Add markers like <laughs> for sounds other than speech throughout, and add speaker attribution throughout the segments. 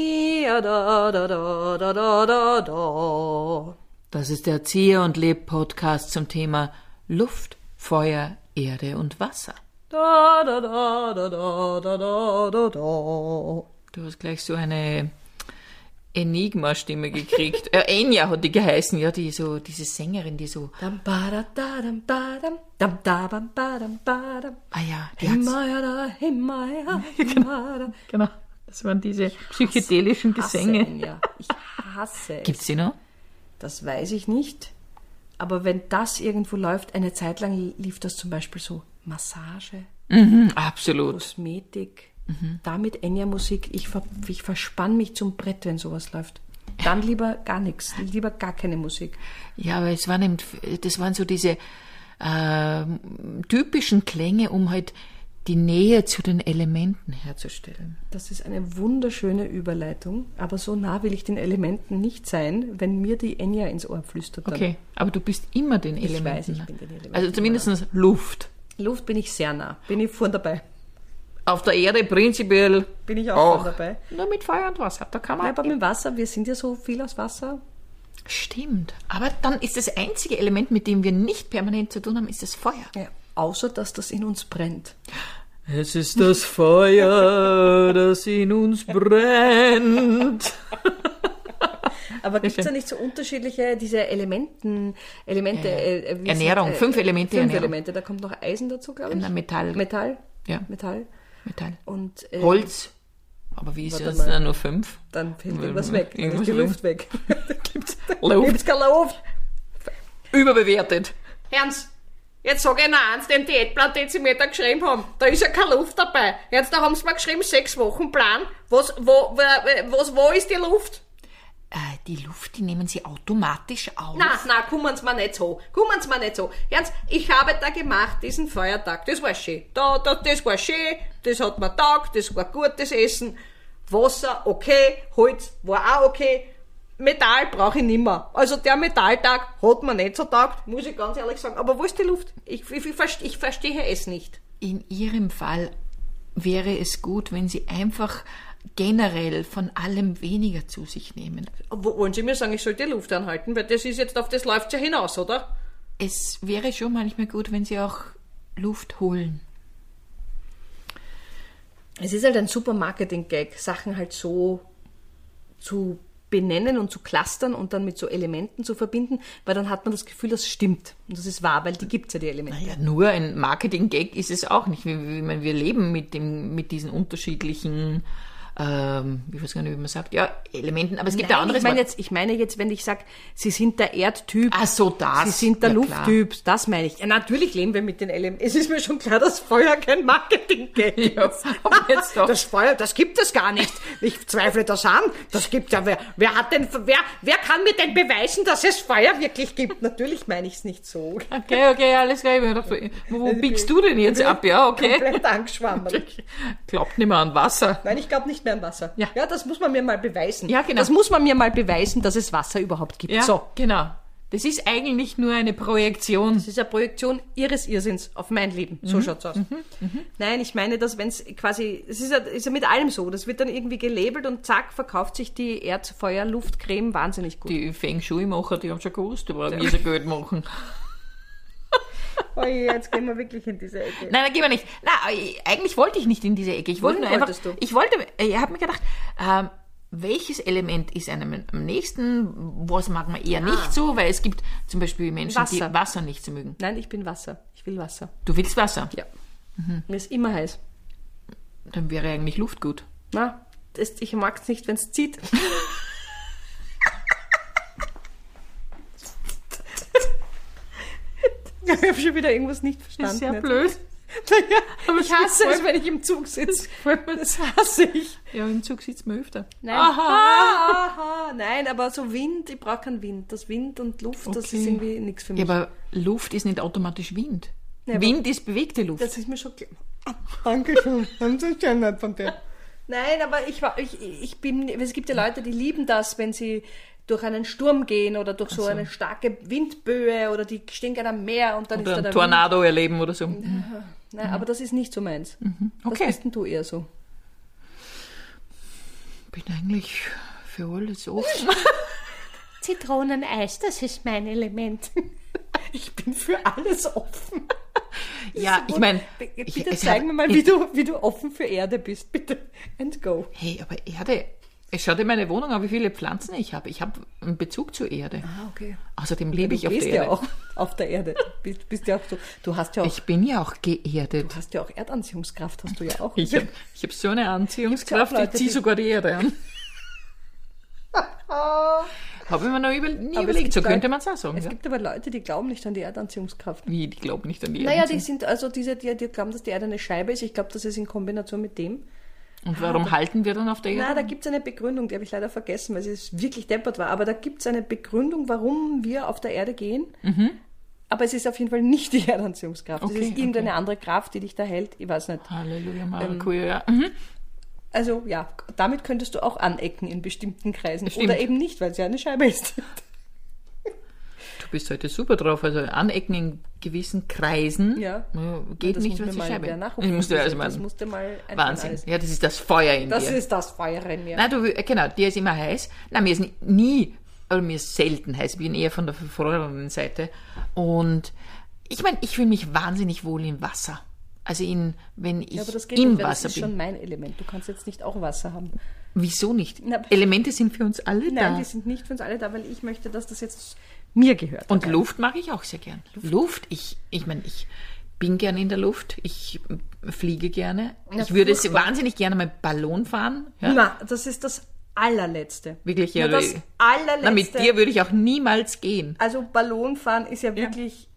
Speaker 1: Erzieher, da, da, da, da, da, da, da.
Speaker 2: Das ist der Erzieher und Leb Podcast zum Thema Luft, Feuer, Erde und Wasser.
Speaker 1: Da, da, da, da, da, da, da, da, da.
Speaker 2: Du hast gleich so eine Enigma-Stimme <laughs> gekriegt. äh, Enya hat die geheißen, ja, die so, diese Sängerin, die so,
Speaker 1: Dam, ba, da, dam, ba, dam, dam, da, bam, ba, dam, ba, dam.
Speaker 2: ah ja, die hat's,
Speaker 1: Himmaya, da, Himmaya, Himmaya.
Speaker 2: genau, das waren diese psychedelischen Gesänge.
Speaker 1: Ja, ich
Speaker 2: <laughs>
Speaker 1: hasse es.
Speaker 2: Gibt's die noch?
Speaker 1: Das weiß ich nicht. Aber wenn das irgendwo läuft, eine Zeit lang lief das zum Beispiel so Massage,
Speaker 2: Mhm, absolut.
Speaker 1: Kosmetik, damit Enya Musik. Ich, ver ich verspann mich zum Brett, wenn sowas läuft. Dann lieber gar nichts, lieber gar keine Musik.
Speaker 2: Ja, aber es waren eben, das waren so diese ähm, typischen Klänge, um halt die Nähe zu den Elementen herzustellen.
Speaker 1: Das ist eine wunderschöne Überleitung, aber so nah will ich den Elementen nicht sein, wenn mir die Enya ins Ohr flüstert. dann.
Speaker 2: Okay, aber du bist immer den Elementen.
Speaker 1: weiß, ich
Speaker 2: nah.
Speaker 1: bin den Elementen
Speaker 2: Also zumindest Luft.
Speaker 1: Luft bin ich sehr nah, bin ich vorn dabei.
Speaker 2: Auf der Erde prinzipiell.
Speaker 1: Bin ich auch,
Speaker 2: Auch.
Speaker 1: vorn dabei.
Speaker 2: Nur mit Feuer und Wasser. Da kann man.
Speaker 1: Aber mit Wasser, wir sind ja so viel aus Wasser.
Speaker 2: Stimmt. Aber dann ist das einzige Element, mit dem wir nicht permanent zu tun haben, ist das Feuer.
Speaker 1: Ja, außer dass das in uns brennt.
Speaker 2: Es ist das <laughs> Feuer, das in uns brennt.
Speaker 1: Aber gibt es da nicht so unterschiedliche, diese Elementen, Elemente, äh, äh, wie
Speaker 2: Ernährung,
Speaker 1: sind,
Speaker 2: fünf Elemente
Speaker 1: Fünf
Speaker 2: Ernährung.
Speaker 1: Elemente, da kommt noch Eisen dazu, glaube ich.
Speaker 2: Na, Metall.
Speaker 1: Metall.
Speaker 2: Ja.
Speaker 1: Metall.
Speaker 2: Metall.
Speaker 1: Und äh,
Speaker 2: Holz. Aber wie ist
Speaker 1: Warte
Speaker 2: das?
Speaker 1: mal.
Speaker 2: Na, nur fünf?
Speaker 1: dann fällt
Speaker 2: Hm,
Speaker 1: irgendwas weg. Dann ist
Speaker 2: irgendwas
Speaker 1: die
Speaker 2: weg.
Speaker 1: Luft weg. <laughs> da gibt's, da
Speaker 2: Luft.
Speaker 1: gibt's keine Luft.
Speaker 2: Überbewertet.
Speaker 3: Herrns, jetzt sag ich noch eins, den Diätplan, den Sie mir da geschrieben haben. Da ist ja keine Luft dabei. Jetzt, da haben Sie mir geschrieben, sechs Wochen Plan. Was, wo, wo, was, wo ist die Luft?
Speaker 2: Äh, die Luft, die nehmen Sie automatisch auf.
Speaker 3: Na, na, kommen Sie mir nicht so. Kommen Sie mir nicht so. Ernst, ich habe da gemacht, diesen Feiertag. Das war schön. Da, da, das war schön. Das hat mir taugt. Das war gutes Essen. Wasser, okay. Holz war auch okay. Metall brauche ich nimmer. Also der Metalltag hat mir nicht so taugt, muss ich ganz ehrlich sagen. Aber wo ist die Luft? Ich, ich, ich, verste- ich verstehe es nicht.
Speaker 2: In Ihrem Fall wäre es gut, wenn Sie einfach generell von allem weniger zu sich nehmen.
Speaker 3: Wo- Wollen Sie mir sagen, ich soll die Luft anhalten? Weil das ist jetzt auf das läuft ja hinaus, oder?
Speaker 2: Es wäre schon manchmal gut, wenn Sie auch Luft holen.
Speaker 1: Es ist halt ein super Marketing-Gag, Sachen halt so zu benennen und zu clustern und dann mit so Elementen zu verbinden, weil dann hat man das Gefühl, das stimmt. Und das ist wahr, weil die gibt's ja, die Elemente.
Speaker 2: Ja, nur ein Marketing-Gag ist es auch nicht. Wir, wir, ich meine, wir leben mit, dem, mit diesen unterschiedlichen, ähm, ich weiß gar nicht, wie man sagt, ja, Elementen, aber es gibt ja
Speaker 1: Nein,
Speaker 2: anderes.
Speaker 1: ich meine
Speaker 2: Mar-
Speaker 1: jetzt, ich meine jetzt, wenn ich sage, sie sind der Erdtyp,
Speaker 2: Ach so, das.
Speaker 1: Sie sind der
Speaker 2: Ja, klar.
Speaker 1: Lufttyp, das meine ich. Ja, natürlich leben wir mit den Elementen. Es ist mir schon klar, dass Feuer kein Marketing-Gag ist.
Speaker 2: <laughs> Ja, aber jetzt doch.
Speaker 1: Das Feuer, das gibt es gar nicht.
Speaker 3: Ich zweifle das an. Das gibt ja wer. Wer hat denn wer, wer kann mir denn beweisen, dass es Feuer wirklich gibt?
Speaker 1: Natürlich meine ich es nicht so.
Speaker 2: Okay, okay, alles klar. Ich hab gedacht, wo, wo biegst du denn jetzt ab? Ja, <laughs> okay.
Speaker 1: Komplett angeschwammen.
Speaker 2: Glaubt nicht mehr an Wasser.
Speaker 1: Nein, ich glaube nicht mehr an Wasser.
Speaker 2: Ja.
Speaker 1: das muss man mir mal beweisen.
Speaker 2: Ja, genau.
Speaker 1: Das muss man mir mal beweisen, dass es Wasser überhaupt gibt.
Speaker 2: Ja,
Speaker 1: So.
Speaker 2: genau. Das ist eigentlich nur eine Projektion.
Speaker 1: Das ist eine Projektion ihres Irrsinns auf mein Leben.
Speaker 2: Mhm.
Speaker 1: So schaut's aus. Nein, ich meine, dass wenn es quasi, es ist ja, ist ja mit allem so, das wird dann irgendwie gelabelt und zack, verkauft sich die Erdfeuer-Luftcreme wahnsinnig gut.
Speaker 2: Die Feng Shui-Macher, die haben schon gewusst, aber wie sie Geld machen.
Speaker 1: Oh je, jetzt gehen wir wirklich in diese Ecke.
Speaker 2: <laughs> Nein, da gehen wir nicht. Na, eigentlich wollte ich nicht in diese Ecke. Ich wollte nur
Speaker 1: Wohin
Speaker 2: einfach.
Speaker 1: wolltest du?
Speaker 2: Ich wollte, äh, ich habe mir gedacht, ähm, welches Element ist einem am nächsten? Was mag man eher nicht so? Weil es gibt zum Beispiel Menschen,
Speaker 1: Wasser.
Speaker 2: die Ah. Wasser nicht so mögen.
Speaker 1: Nein, ich bin Wasser. Ich will Wasser.
Speaker 2: Du willst Wasser?
Speaker 1: Ja. Mir ist immer heiß.
Speaker 2: Dann wäre eigentlich Luft gut.
Speaker 1: Na, das, ich mag's nicht, wenn's zieht. <laughs> ich habe schon wieder irgendwas nicht verstanden. jetzt. <laughs>
Speaker 2: <laughs> blöd.
Speaker 1: Naja,
Speaker 2: Aber
Speaker 1: ich
Speaker 2: es
Speaker 1: hasse
Speaker 2: gefällt-
Speaker 1: es, wenn ich im Zug sitze. Das hasse ich.
Speaker 2: Ja, im Zug sitzt man öfter.
Speaker 1: Nein. Ah, Aha, nein, aber so Wind, ich brauche keinen Wind. Das Wind und Luft, das
Speaker 2: Okay.
Speaker 1: ist irgendwie nichts für
Speaker 2: Ja,
Speaker 1: mich.
Speaker 2: aber Luft ist nicht automatisch Wind.
Speaker 1: Ja, aber-
Speaker 2: Wind ist bewegte Luft.
Speaker 1: das ist mir schon klar. Dankeschön, haben Sie schön nett von dir. Nein, aber ich, war- ich, ich bin, es gibt ja Leute, die lieben das, wenn sie durch einen Sturm gehen oder durch so,
Speaker 2: so.
Speaker 1: eine starke Windböe oder die stehen gerne am Meer und dann
Speaker 2: oder
Speaker 1: ist da
Speaker 2: ein
Speaker 1: der
Speaker 2: Tornado erleben oder so.
Speaker 1: Wind. Nein, aber das ist nicht so meins. Das
Speaker 2: Mhm. Okay.
Speaker 1: bist denn du eher so.
Speaker 2: Ich bin eigentlich für
Speaker 1: <laughs>
Speaker 2: alles offen.
Speaker 1: Zitroneneis, das ist mein <laughs> Element.
Speaker 3: Ich bin für alles offen.
Speaker 2: ja, Ah, ich meine,
Speaker 1: B-
Speaker 2: ich-
Speaker 1: Bitte
Speaker 2: es
Speaker 1: zeig
Speaker 2: hat-
Speaker 1: mir mal, wie du, wie du offen für Erde bist. Bitte. And go.
Speaker 2: Hey, aber Erde. Ich schau dir meine Wohnung an, wie viele Pflanzen ich habe. Ich habe einen Bezug zur Erde.
Speaker 1: Ah, okay.
Speaker 2: Außerdem lebe ich
Speaker 1: Du
Speaker 2: auf der
Speaker 1: bist
Speaker 2: Erde.
Speaker 1: ja auch auf der Erde. Bist, bist ja auch so. Du hast ja auch,
Speaker 2: Ich bin ja auch geerdet.
Speaker 1: hast ja auch Erdanziehungskraft, hast du ja auch.
Speaker 2: Ich habe ich hab so eine Anziehungskraft,
Speaker 1: Gibt's ja auch
Speaker 2: ich
Speaker 1: Leute,
Speaker 2: ziehe
Speaker 1: die-
Speaker 2: sogar die
Speaker 1: <laughs>
Speaker 2: Erde an. Habe ich mir noch über, nie
Speaker 1: Aber es
Speaker 2: überlegt,
Speaker 1: gibt
Speaker 2: so
Speaker 1: Leute-
Speaker 2: könnte man es auch sagen.
Speaker 1: Es
Speaker 2: Ja?
Speaker 1: gibt aber Leute, die glauben nicht an die Erdanziehungskraft.
Speaker 2: Wie, die glauben nicht an die
Speaker 1: Naja,
Speaker 2: Erde.
Speaker 1: die sind also diese, die, die glauben, dass die Erde eine Scheibe ist. Ich glaube, das ist in Kombination mit dem.
Speaker 2: Und
Speaker 1: Ah.
Speaker 2: warum halten wir dann auf der
Speaker 1: Na,
Speaker 2: Erde?
Speaker 1: da gibt es eine Begründung, die habe ich leider vergessen, weil sie es wirklich deppert war. Aber da gibt es eine Begründung, warum wir auf der Erde gehen. Aber es ist auf jeden Fall nicht die Erdanziehungskraft.
Speaker 2: Mhm. Okay,
Speaker 1: es ist irgendeine
Speaker 2: okay.
Speaker 1: andere Kraft, die dich da hält. Ich weiß nicht.
Speaker 2: Halleluja,
Speaker 1: Ähm,
Speaker 2: Maracuja. Mhm.
Speaker 1: Also ja, damit könntest du auch anecken in bestimmten Kreisen.
Speaker 2: Stimmt.
Speaker 1: Oder eben nicht, weil es ja eine Scheibe ist.
Speaker 2: Du bist heute super drauf. Also anecken in gewissen Kreisen
Speaker 1: Ja.
Speaker 2: geht nicht,
Speaker 1: muss
Speaker 2: wenn
Speaker 1: mir
Speaker 2: die
Speaker 1: mal
Speaker 2: Scheibe.
Speaker 1: wer nachrufen.
Speaker 2: Ich musste also mal
Speaker 1: das musste mal ein-
Speaker 2: Wahnsinn.
Speaker 1: alles.
Speaker 2: Ja, das ist das Feuer in
Speaker 1: Das
Speaker 2: dir.
Speaker 1: ist das Feuer in mir.
Speaker 2: Nein, du, äh, genau, dir ist immer heiß. Nein, mir ist ni- nie, oder mir ist selten heiß. Ich bin eher von der verfrorenen Seite. Und ich meine, ich fühle mich wahnsinnig wohl im Wasser. Also in, wenn ich
Speaker 1: Ja, aber das geht
Speaker 2: im
Speaker 1: nicht, weil
Speaker 2: Wasser
Speaker 1: das ist schon
Speaker 2: bin.
Speaker 1: mein Element. Du kannst jetzt nicht auch Wasser haben.
Speaker 2: Wieso nicht?
Speaker 1: Na, pf-
Speaker 2: Elemente sind für uns alle
Speaker 1: Nein,
Speaker 2: da.
Speaker 1: die sind nicht für uns alle da, weil ich möchte, dass das jetzt mir gehört.
Speaker 2: Und Luft mag ich auch sehr gern. Luft, ich, ich meine, ich bin gern in der Luft. Ich äh, fliege gerne.
Speaker 1: Na,
Speaker 2: ich würde
Speaker 1: furchtbar.
Speaker 2: wahnsinnig gerne mal Ballon fahren. Ja?
Speaker 1: Na, das ist das allerletzte.
Speaker 2: Wirklich, ja,
Speaker 1: ja. Das
Speaker 2: du-
Speaker 1: allerletzte.
Speaker 2: Na, mit dir würde ich auch niemals gehen.
Speaker 1: also Ballonfahren ist ja wirklich,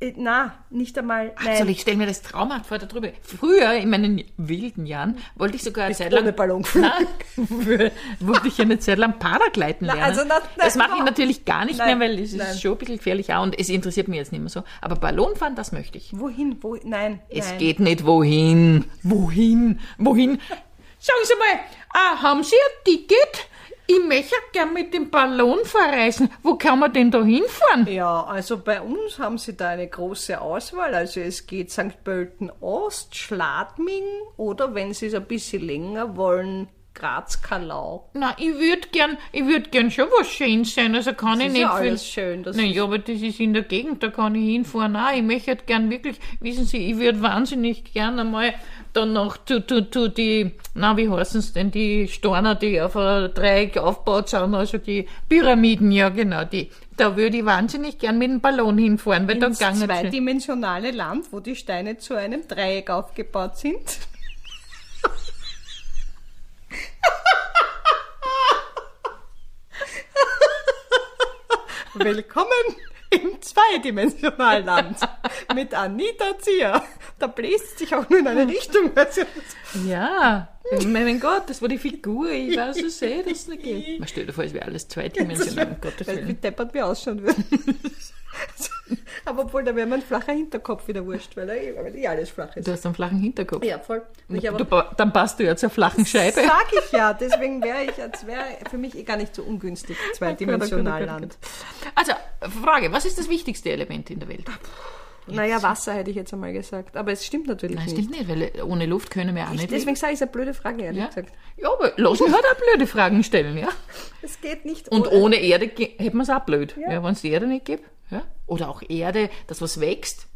Speaker 1: äh, na, nicht einmal, nein.
Speaker 2: Soll ich stelle mir das traumhaft vor da drüber. Früher, in meinen wilden Jahren, wollte ich sogar eine Zeit lang.
Speaker 1: ohne Ballon geflogen.
Speaker 2: Nein, wollte ich eine Zeit lang Paragliden lernen.
Speaker 1: also na- na,
Speaker 2: das mache ich
Speaker 1: überhaupt.
Speaker 2: natürlich gar nicht
Speaker 1: Nein,
Speaker 2: mehr, weil es
Speaker 1: nein.
Speaker 2: ist schon ein bisschen gefährlich auch und es interessiert mich jetzt nicht mehr so. Aber Ballonfahren, das möchte ich.
Speaker 1: Wohin, wohin, nein,
Speaker 2: Es
Speaker 1: nein.
Speaker 2: geht nicht wohin. Wohin? Wohin? Sagen Sie mal, ah, haben Sie ein Ticket? Ich möchte gern mit dem Ballon verreisen. Wo kann man denn da hinfahren?
Speaker 1: Ja, also bei uns haben sie da eine große Auswahl. Also es geht St. Pölten Ost, Schladming oder wenn sie es ein bisschen länger wollen, Graz-Kalau.
Speaker 2: Na, ich würde gern, ich würde gern schon was schön sein, also kann ich
Speaker 1: ist
Speaker 2: nicht
Speaker 1: ja
Speaker 2: viel.
Speaker 1: alles schön, das
Speaker 2: naja, aber das ist in der Gegend, da kann ich hinfahren. Nein, ich möchte halt gern wirklich, wissen Sie, ich würde wahnsinnig gern einmal dann noch zu, zu, zu die, na, wie heißen es denn, die Storner, die auf ein Dreieck aufgebaut sind, also die Pyramiden, ja genau, die. Da würde ich wahnsinnig gern mit dem Ballon hinfahren, weil
Speaker 1: Das
Speaker 2: da gangen sie-
Speaker 1: zweidimensionale Land, wo die Steine zu einem Dreieck aufgebaut sind. Willkommen im zweidimensionalen Land mit Anita Zier. Da bläst sich auch nur in eine Richtung. Also
Speaker 2: Ja, mein Gott, das war die Figur, ich weiß so sehr, dass es nicht geht. Man stellt dir vor, es wäre alles zweidimensional, <laughs> um Gottes
Speaker 1: Weil
Speaker 2: Willen.
Speaker 1: wie deppert mir ausschauen würden. Aber obwohl, da wäre mein flacher Hinterkopf wieder wurscht, weil er eh- weil eh alles flach ist.
Speaker 2: Du hast einen flachen Hinterkopf.
Speaker 1: Ja, voll. Und ich aber-
Speaker 2: Du pa- dann passt du ja zur flachen Scheibe.
Speaker 1: Sag ich ja, deswegen wäre ich, als wäre für mich eh gar nicht so ungünstig, zweidimensional Land.
Speaker 2: Also, Frage, was ist das wichtigste Element in der Welt?
Speaker 1: Naja, Wasser hätte ich jetzt einmal gesagt, aber es stimmt natürlich
Speaker 2: Nein,
Speaker 1: nicht.
Speaker 2: stimmt nicht, weil äh, ohne Luft können wir auch nicht
Speaker 1: Deswegen sage ich, es ist eine blöde Frage, ehrlich
Speaker 2: leben. Ja?
Speaker 1: gesagt.
Speaker 2: ja, aber lass mich halt auch blöde Fragen stellen, ja?
Speaker 1: Es geht nicht
Speaker 2: Und
Speaker 1: ohne.
Speaker 2: ohne Erde ge- hätten wir es auch blöd, ja. wenn es die Erde nicht gibt. Ja? Oder auch Erde, das was wächst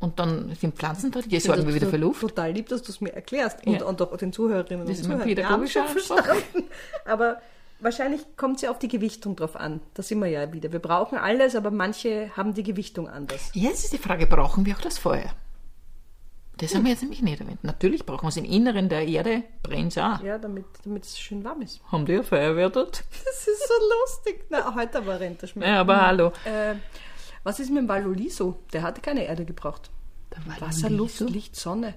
Speaker 2: und dann sind Pflanzen dort, die
Speaker 1: Also
Speaker 2: sorgen wir wieder für Luft.
Speaker 1: Total lieb, dass du es mir erklärst und,
Speaker 2: Ja.
Speaker 1: und auch den Zuhörerinnen
Speaker 2: Das
Speaker 1: und
Speaker 2: ist mein
Speaker 1: Zuhörern. Die haben
Speaker 2: pädagogischer
Speaker 1: schon
Speaker 2: Anspruch.
Speaker 1: verstanden. Aber wahrscheinlich kommt es ja auf die Gewichtung drauf an. Da sind wir ja wieder. Wir brauchen alles, aber manche haben die Gewichtung anders.
Speaker 2: Jetzt ist die Frage, brauchen wir auch das Feuer? Das haben wir jetzt nämlich nicht erwähnt. Natürlich brauchen wir es im Inneren der Erde, brennt es auch.
Speaker 1: Ja, damit damit es schön warm ist. <laughs>
Speaker 2: Haben die ein Feuerwehr dort?
Speaker 1: Das ist so lustig. Na, heute war Renterschmerz.
Speaker 2: Ja, aber hallo.
Speaker 1: Äh, was ist mit dem Valoli so? Der hatte keine Erde gebraucht.
Speaker 2: Da war
Speaker 1: Wasser,
Speaker 2: nie
Speaker 1: Luft,
Speaker 2: so-
Speaker 1: Licht, Sonne.
Speaker 2: Äh,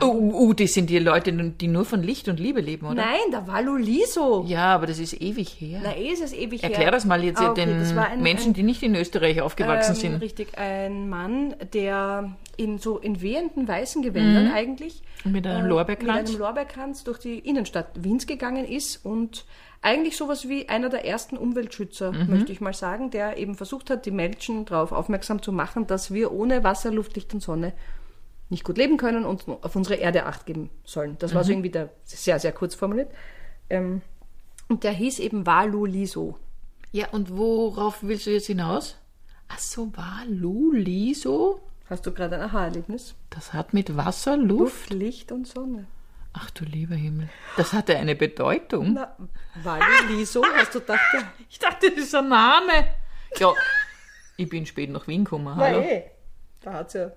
Speaker 2: Oh, oh, oh, das sind die Leute, die nur von Licht und Liebe leben, oder?
Speaker 1: Nein, der Valoli so.
Speaker 2: Ja, aber das ist ewig her.
Speaker 1: Na, eh ist es ewig her.
Speaker 2: Erklär das mal jetzt
Speaker 1: Ah, okay, das
Speaker 2: den
Speaker 1: war ein-
Speaker 2: Menschen, die nicht in Österreich
Speaker 1: ein,
Speaker 2: aufgewachsen
Speaker 1: ähm,
Speaker 2: sind.
Speaker 1: Richtig, ein Mann, der in so in wehenden weißen Gewändern eigentlich
Speaker 2: Mhm.
Speaker 1: äh,
Speaker 2: Mit einem
Speaker 1: mit
Speaker 2: Lorbeerkranz.
Speaker 1: einem Lorbeerkranz durch die Innenstadt Wiens gegangen ist und eigentlich sowas wie einer der ersten Umweltschützer,
Speaker 2: Mhm.
Speaker 1: möchte ich mal sagen, der eben versucht hat, die Menschen darauf aufmerksam zu machen, dass wir ohne Wasser, Luft, Licht und Sonne nicht gut leben können und
Speaker 2: Mhm.
Speaker 1: auf unsere Erde Acht geben sollen. Das war so irgendwie der, sehr, sehr kurz formuliert. Ähm, Und der hieß eben Waluliso.
Speaker 2: Ja, und worauf willst du jetzt hinaus? Ach so, Waluliso?
Speaker 1: Hast du gerade ein Aha-Erlebnis?
Speaker 2: Das hat mit Wasser,
Speaker 1: Luft,
Speaker 2: Luft.
Speaker 1: Licht und Sonne.
Speaker 2: Ach du lieber Himmel. Das hatte eine Bedeutung.
Speaker 1: Na, Waluliso, hast du gedacht? ja.
Speaker 2: Ich dachte, das ist ein Name. Ja, ich bin spät nach Wien gekommen. Hallo.
Speaker 1: eh. Da hat's ja.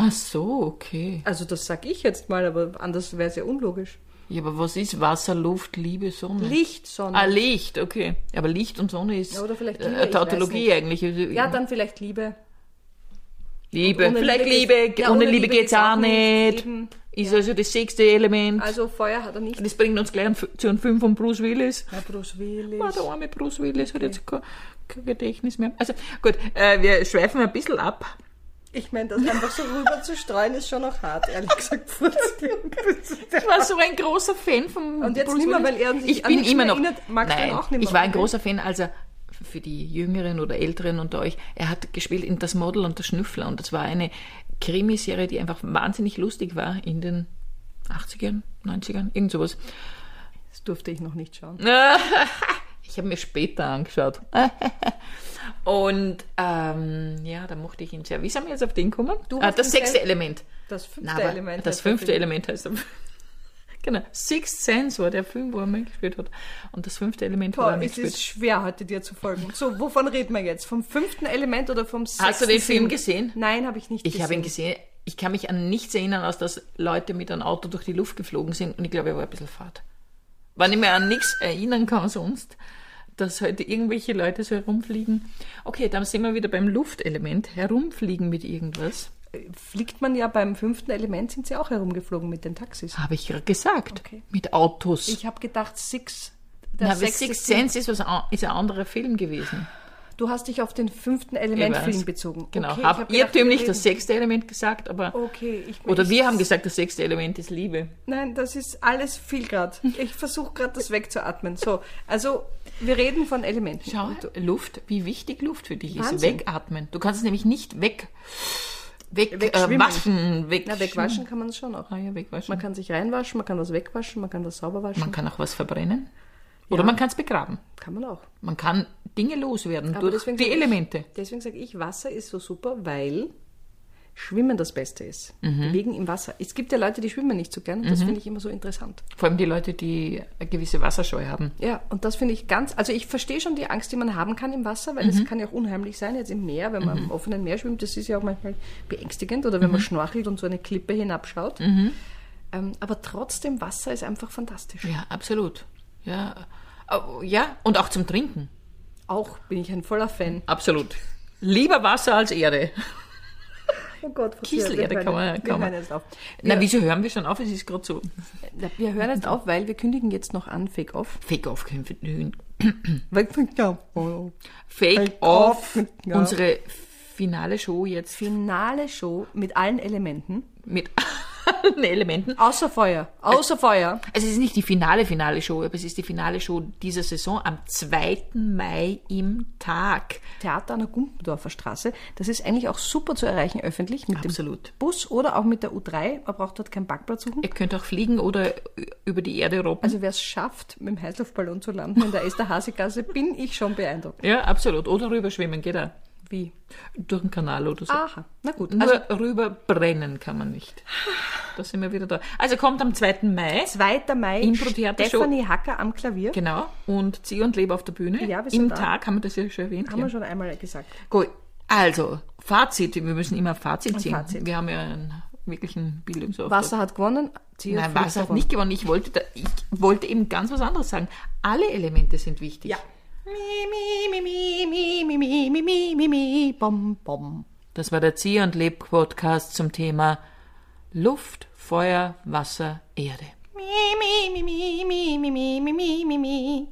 Speaker 2: Ach so, okay.
Speaker 1: Also das sag ich jetzt mal, aber anders wäre es ja unlogisch.
Speaker 2: Ja, aber was ist Wasser, Luft, Liebe, Sonne?
Speaker 1: Licht, Sonne.
Speaker 2: Ah, Licht, okay. Ja, aber Licht und Sonne ist
Speaker 1: Ja, oder vielleicht Liebe,
Speaker 2: äh,
Speaker 1: ich
Speaker 2: Tautologie eigentlich. Also,
Speaker 1: Ja, dann vielleicht Liebe.
Speaker 2: Liebe,
Speaker 1: Ohne
Speaker 2: vielleicht
Speaker 1: Liebe
Speaker 2: Liebe,
Speaker 1: geht's- Ja,
Speaker 2: ohne,
Speaker 1: ohne
Speaker 2: Liebe
Speaker 1: Liebe
Speaker 2: geht's
Speaker 1: geht's
Speaker 2: auch
Speaker 1: auch nicht.
Speaker 2: nicht.
Speaker 1: Eben.
Speaker 2: Ist also das sechste Element.
Speaker 1: Also Feuer hat er nicht.
Speaker 2: das bringt uns gleich an F- zu einem Film von Bruce Willis.
Speaker 1: Na, Bruce Willis.
Speaker 2: Ah, der arme Bruce Willis hat jetzt kein, kein Gedächtnis mehr. Also gut, äh, wir schweifen ein bisschen ab.
Speaker 1: Ich meine, das einfach so rüber zu streuen, ist schon auch hart, ehrlich <laughs> gesagt.
Speaker 2: Ich war so ein großer Fan von
Speaker 1: Und jetzt
Speaker 2: Bruce
Speaker 1: nicht mehr,
Speaker 2: Willis.
Speaker 1: weil er sich
Speaker 2: ich
Speaker 1: an
Speaker 2: bin
Speaker 1: nichts
Speaker 2: immer
Speaker 1: mehr
Speaker 2: noch,
Speaker 1: erinnert. Magst du ihn
Speaker 2: nein,
Speaker 1: auch nicht mehr,
Speaker 2: ich war ein
Speaker 1: oder?
Speaker 2: großer Fan, also für die Jüngeren oder Älteren unter euch, er hat gespielt in Das Model und der Schnüffler und das war eine Krimiserie, die einfach wahnsinnig lustig war in den 80ern, 90ern, irgend sowas. <laughs>
Speaker 1: Das durfte ich noch nicht schauen.
Speaker 2: Ich habe mir später angeschaut. <laughs> Und ähm, ja, da mochte ich ihn sehr. Wie sind wir jetzt auf den gekommen?
Speaker 1: Du
Speaker 2: ah,
Speaker 1: hast
Speaker 2: das
Speaker 1: den
Speaker 2: sechste
Speaker 1: Fan-
Speaker 2: Element.
Speaker 1: Das fünfte
Speaker 2: Na, aber
Speaker 1: Element.
Speaker 2: Das
Speaker 1: heißt
Speaker 2: fünfte
Speaker 1: der
Speaker 2: Element heißt er. <laughs> genau. Sixth Sense war der Film, wo er mitgespielt hat. Und das fünfte Element
Speaker 1: Film.
Speaker 2: hat er
Speaker 1: Boah, es ist
Speaker 2: mitgespielt.
Speaker 1: schwer, heute dir zu folgen. So, wovon reden wir jetzt? Vom fünften Element oder vom sechsten?
Speaker 2: Hast du den
Speaker 1: Sinn?
Speaker 2: Film gesehen?
Speaker 1: Nein, habe ich nicht
Speaker 2: Ich
Speaker 1: gesehen.
Speaker 2: habe ihn gesehen. Ich kann mich an nichts erinnern, als dass Leute mit einem Auto durch die Luft geflogen sind. Und ich glaube, er war ein bisschen fad. Wenn ich mir an nichts erinnern kann sonst, dass heute irgendwelche Leute so herumfliegen. Okay, dann sind wir wieder beim Luftelement. Herumfliegen mit irgendwas.
Speaker 1: Fliegt man ja beim fünften Element, sind sie auch herumgeflogen mit den Taxis.
Speaker 2: Habe ich gerade gesagt.
Speaker 1: Okay.
Speaker 2: Mit Autos.
Speaker 1: Ich habe gedacht, Six.
Speaker 2: Na,
Speaker 1: Der
Speaker 2: aber
Speaker 1: sechste
Speaker 2: Sixth
Speaker 1: Sinn.
Speaker 2: Sense ist, was, an- ist ein anderer Film gewesen.
Speaker 1: Du hast dich auf den fünften
Speaker 2: Ich weiß.
Speaker 1: Elementfilm bezogen.
Speaker 2: Genau.
Speaker 1: Okay, ich
Speaker 2: hab
Speaker 1: hab gedacht,
Speaker 2: irrtümlich
Speaker 1: wir
Speaker 2: das
Speaker 1: reden-
Speaker 2: sechste Element gesagt, aber.
Speaker 1: Okay, ich
Speaker 2: Oder
Speaker 1: ich-
Speaker 2: wir haben gesagt, das sechste Element ist Liebe.
Speaker 1: Nein, das ist alles viel grad. Ich versuche gerade, das wegzuatmen. So, also wir reden von Elementen.
Speaker 2: Schau, Luft, wie wichtig Luft für dich ist.
Speaker 1: Wahnsinn.
Speaker 2: Wegatmen. Du kannst es nämlich nicht weg, weg äh,
Speaker 1: Wegschwimmen.
Speaker 2: waschen, weg,
Speaker 1: Na, wegwaschen kann man es schon auch.
Speaker 2: Ah, ja, wegwaschen.
Speaker 1: Man kann sich reinwaschen, man kann was wegwaschen, man kann was sauber waschen.
Speaker 2: Man kann auch was verbrennen. Oder man kann es begraben.
Speaker 1: Kann man auch.
Speaker 2: Man kann Dinge loswerden
Speaker 1: Aber
Speaker 2: durch
Speaker 1: deswegen
Speaker 2: die
Speaker 1: sag
Speaker 2: Elemente.
Speaker 1: Ich, deswegen sage ich, Wasser ist so super, weil Schwimmen das Beste ist. Wegen im Wasser. Es gibt ja Leute, die schwimmen nicht so gern und das finde ich immer so interessant.
Speaker 2: Vor allem die Leute, die eine gewisse Wasserscheu haben.
Speaker 1: Ja, und das finde ich ganz, also ich verstehe schon die Angst, die man haben kann im Wasser, weil es kann ja auch unheimlich sein, jetzt im Meer, wenn man im offenen Meer schwimmt, das ist ja auch manchmal beängstigend oder wenn man schnorchelt und so eine Klippe hinabschaut. Ähm, aber trotzdem, Wasser ist einfach fantastisch.
Speaker 2: Ja, absolut. Ja. Oh, ja, und auch zum Trinken.
Speaker 1: Auch bin ich ein voller Fan.
Speaker 2: Absolut. Lieber Wasser als Erde.
Speaker 1: Oh Gott, was
Speaker 2: Kieselerde kann man-
Speaker 1: Wir
Speaker 2: kann man-
Speaker 1: hören jetzt auf.
Speaker 2: Na, wieso hören wir schon auf? Es ist gerade so.
Speaker 1: Na, Wir hören jetzt auf, weil wir kündigen jetzt noch an Fake Off.
Speaker 2: Fake-Off.
Speaker 1: Finale
Speaker 2: Fake-Off.
Speaker 1: Fake-Off, ja.
Speaker 2: Unsere finale Show jetzt
Speaker 1: Show mit allen Elementen.
Speaker 2: mit <laughs> allen Elementen.
Speaker 1: Außer Feuer. Außer Feuer.
Speaker 2: Also es ist nicht die finale, finale Show, aber es ist die finale Show dieser Saison am 2. Mai im Tag.
Speaker 1: Theater an der Gumpendorfer Straße. Das ist eigentlich auch super zu erreichen öffentlich mit
Speaker 2: Absolut.
Speaker 1: dem Bus oder auch mit der U3. Man braucht dort keinen Parkplatz suchen.
Speaker 2: Ihr könnt auch fliegen oder über die Erde robben.
Speaker 1: Also wer es schafft, mit dem Heißluftballon zu landen in der Esterhazy-Gasse, bin ich schon beeindruckt.
Speaker 2: ja, absolut. Oder rüberschwimmen geht auch.
Speaker 1: Wie?
Speaker 2: Durch den Kanal oder so.
Speaker 1: Aha, na gut.
Speaker 2: Nur
Speaker 1: Also
Speaker 2: rüberbrennen kann man nicht. Da sind wir wieder da. Also kommt am 2. Mai.
Speaker 1: 2. Also Mai,
Speaker 2: Impro-Theater Show.
Speaker 1: Stephanie Hacker am Klavier.
Speaker 2: Genau. Und Zieh und Lebe auf der Bühne.
Speaker 1: Ja, wir sind
Speaker 2: Im
Speaker 1: da.
Speaker 2: Tag haben wir das ja schon erwähnt.
Speaker 1: Haben
Speaker 2: ja.
Speaker 1: wir schon einmal gesagt.
Speaker 2: Gut, also Fazit, wir müssen immer Fazit ziehen.
Speaker 1: Fazit.
Speaker 2: Wir haben ja einen wirklichen Bildungsauftrag.
Speaker 1: Wasser hat gewonnen. CO
Speaker 2: Nein,
Speaker 1: fliegt
Speaker 2: Wasser hat
Speaker 1: davon.
Speaker 2: nicht gewonnen. Ich wollte, da, ich wollte eben ganz was anderes sagen. Alle Elemente sind wichtig.
Speaker 1: Ja. Mi, mi, mi, mi, mi, mi, mi, mi, mi, mi, bom, bom.
Speaker 2: Das war der Zieh und Leb Podcast zum Thema Luft, Feuer, Wasser, Erde.
Speaker 1: Mi, mi, mi, mi, mi, mi, mi, mi, mi, mi.